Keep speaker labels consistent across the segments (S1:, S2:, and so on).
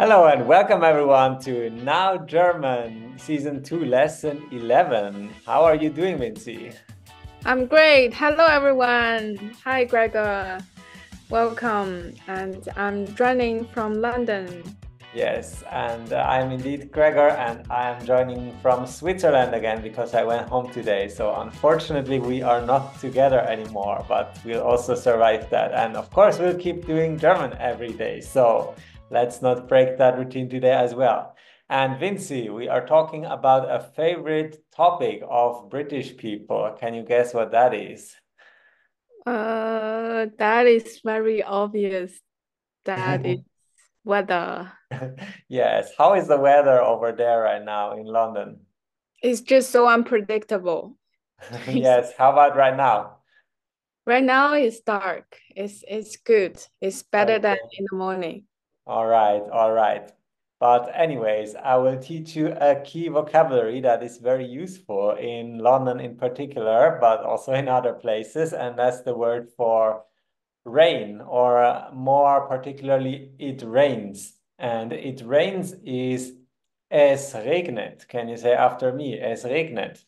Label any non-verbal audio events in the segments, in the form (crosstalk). S1: Hello and welcome everyone to Now German Season 2 Lesson 11. How are you doing, Vinci?
S2: I'm great. Hello, everyone. Hi, Gregor. Welcome. And I'm joining from London.
S1: Yes, and uh, I'm indeed Gregor and I am joining from Switzerland again because I went home today. So unfortunately, we are not together anymore, but we'll also survive that. And of course, we'll keep doing German every day. So let's not break that routine today as well. And Vinci, we are talking about a favorite topic of British people. Can you guess what that is?
S2: Uh, that is very obvious. That is weather.
S1: yes. How is the weather over there right now in London? (laughs)
S2: It's just so unpredictable.
S1: yes. How about right now?
S2: Right now it's dark. It's it's good. It's better
S1: Okay.
S2: than in the morning.
S1: All right, all right. But anyways, I will teach you a key vocabulary that is very useful in London in particular, but also in other places, and that's the word for rain, or uh, more particularly, it rains. And it rains is es regnet. Can you say after me? Es regnet.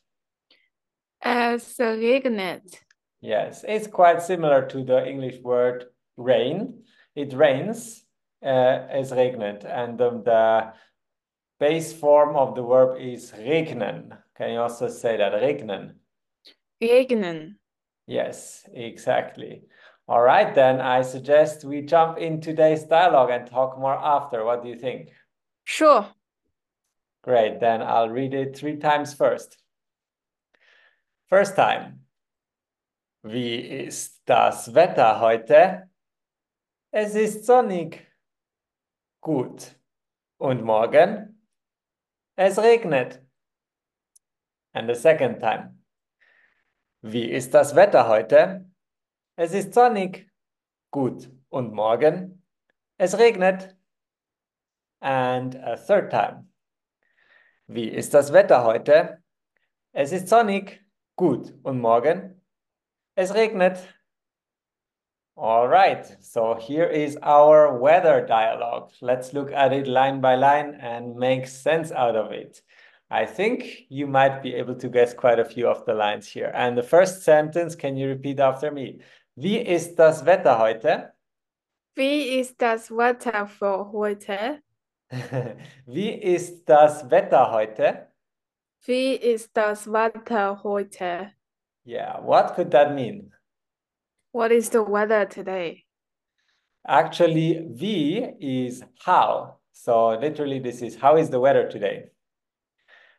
S2: Es regnet.
S1: Yes, it's quite similar to the English word rain. It rains, uh, es regnet, and the, the base form of the verb is regnen. Can you also say that? Regnen.
S2: Regnen.
S1: Yes, exactly. All right, then I suggest we jump in today's dialogue and talk more after. What do you think?
S2: Sure.
S1: Great, then I'll read it three times first. First time. Wie ist das Wetter heute? Es ist sonnig. Gut. Und morgen? Es regnet. And the second time. Wie ist das Wetter heute? Es ist sonnig. Gut. Und morgen? Es regnet. And a third time. Wie ist das Wetter heute? Es ist sonnig. Gut. Und morgen? Es regnet. All right, so here is our weather dialogue. Let's look at it line by line and make sense out of it. I think you might be able to guess quite a few of the lines here. And the first sentence, can you repeat after me? Wie ist das Wetter heute? (laughs)
S2: Wie ist das Wetter für heute?
S1: Wie ist das Wetter heute?
S2: Wie ist das Wetter heute?
S1: Yeah, what could that mean?
S2: What is the weather today?
S1: Actually, wie is how. So literally, this is how is the weather today?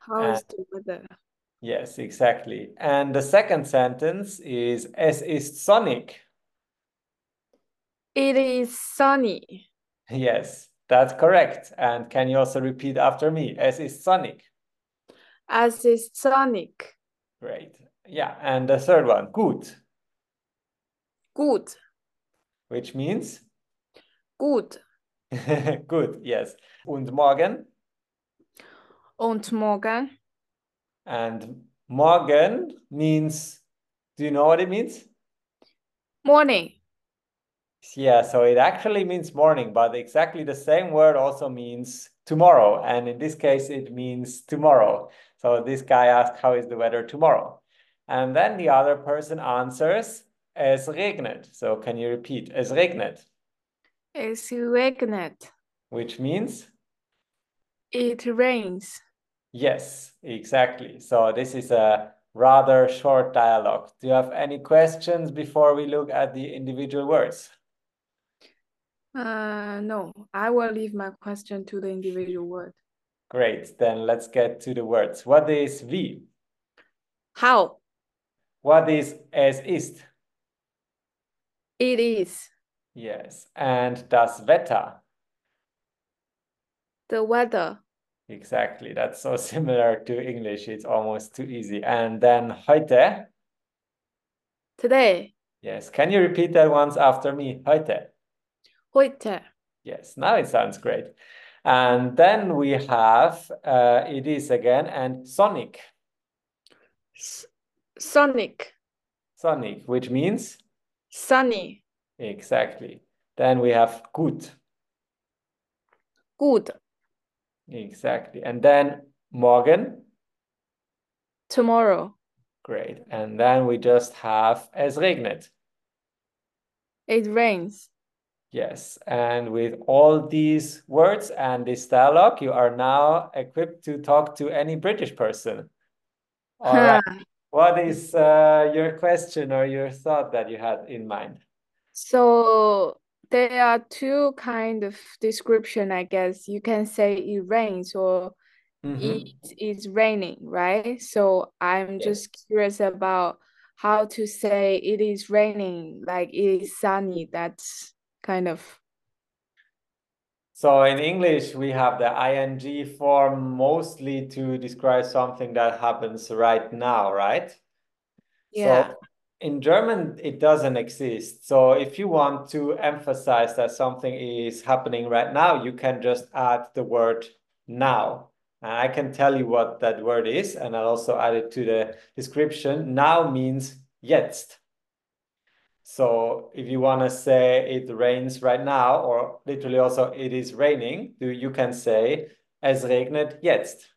S2: How is the weather?
S1: Yes, exactly. And the second sentence is Es ist sonnig. (laughs)
S2: It is sunny.
S1: Yes, that's correct. And can you also repeat after me? Es ist sonnig.
S2: Es ist sonnig.
S1: Great. Yeah. And the third one, gut,
S2: Gut,
S1: which means (laughs)
S2: gut.
S1: good. Yes. Und morgen.
S2: Und morgen?
S1: And morgen means, do you know what it means?
S2: Morning.
S1: Yeah, so it actually means morning, but exactly the same word also means tomorrow. And in this case, it means tomorrow. So this guy asked, How is the weather tomorrow? And then the other person answers, Es regnet. So can you repeat? Es regnet,
S2: Es regnet.
S1: which means
S2: It rains.
S1: yes, exactly. So this is a rather short dialogue. Do you have any questions before we look at the individual words?
S2: Uh, no, I will leave my question to the individual word.
S1: Great. Then let's get to the words. What is wie?
S2: How?
S1: What is es ist?
S2: It is.
S1: Yes, and das Wetter.
S2: The weather.
S1: Exactly. That's so (laughs) similar to English. It's almost too easy. And then heute.
S2: Today.
S1: Yes. Can you repeat that once after me? Heute.
S2: Heute.
S1: Yes. Now it sounds great. And then we have uh, it is again and sonic.
S2: S- Sonic.
S1: Sonic, which means
S2: Sunny.
S1: exactly. Then we have gut.
S2: Good.
S1: Exactly. And then morgen.
S2: Tomorrow.
S1: Great. And then we just have es regnet.
S2: It rains.
S1: Yes. And with all these words and this dialogue, you are now equipped to talk to any British person. All right.
S2: Huh.
S1: What is uh, your question or your thought that you had in mind?
S2: So there are two kind of description, I guess. You can say it rains or
S1: Mhm.
S2: it is raining, right? So I'm
S1: Yes.
S2: just curious about how to say it is raining, like it is sunny. That's kind of
S1: So in English, we have the ing form mostly to describe something that happens right now, right?
S2: yeah.
S1: So in German, it doesn't exist. So if you want to emphasize that something is happening right now, you can just add the word now. And I can tell you what that word is, and I'll also add it to the description. Now means jetzt. So if you want to say it rains right now, or literally also it is raining, you you can say es regnet jetzt.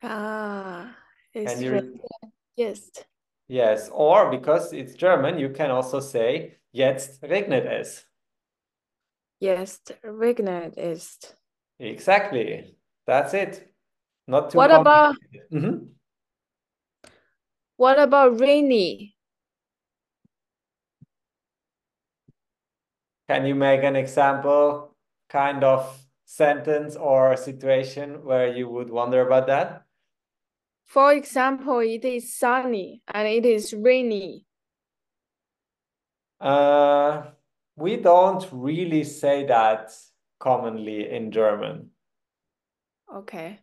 S2: Ah,
S1: And
S2: it's
S1: you
S2: rain.
S1: re-
S2: Yes.
S1: Yes, or because it's German, you can also say jetzt regnet es.
S2: Yes, regnet ist.
S1: Exactly. That's it. Not too
S2: What about
S1: complicated. Mhm.
S2: what about rainy?
S1: Can you make an example kind of sentence or situation where you would wonder about that?
S2: For example, it is sunny and it is rainy.
S1: Uh, we don't really say that commonly in German.
S2: Okay.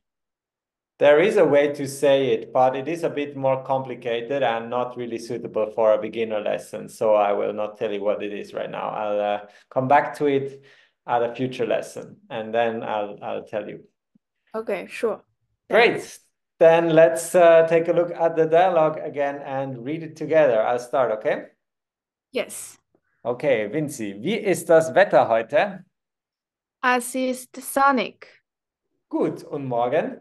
S1: There is a way to say it, but it is a bit more complicated and not really suitable for a beginner lesson. So I will not tell you what it is right now. I'll uh, come back to it at a future lesson and then I'll, I'll tell you.
S2: Okay, sure. Thanks.
S1: Great. Then let's uh, take a look at the dialogue again and read it together. I'll start, okay?
S2: Yes.
S1: Okay, Vinci, wie ist das Wetter heute?
S2: As is the sonic,
S1: Gut, und morgen?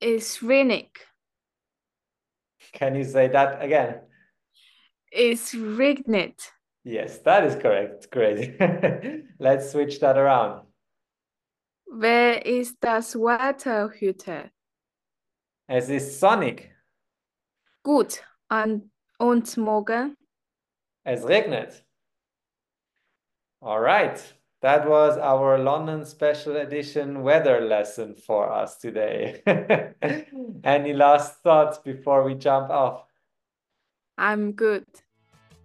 S2: is raining,
S1: Can you say that again?
S2: is regnet.
S1: Yes, that is correct. Great. (laughs) Let's switch that around.
S2: Where is das Wetter heute?
S1: Es ist sonnig.
S2: Gut. An und morgen?
S1: Es regnet. All right. That was our London special edition weather lesson for us today. (laughs) Any last thoughts before we jump off?
S2: I'm good.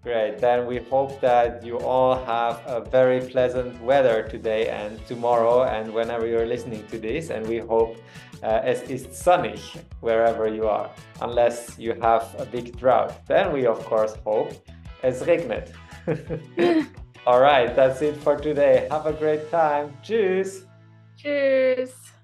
S1: Great. Then we hope that you all have a very pleasant weather today and tomorrow and whenever you're listening to this. And we hope uh, es ist sonnig wherever you are, unless you have a big drought. Then we, of course, hope es (laughs) regnet. all right. That's it for today. Have a great time. Cheers.
S2: Cheers.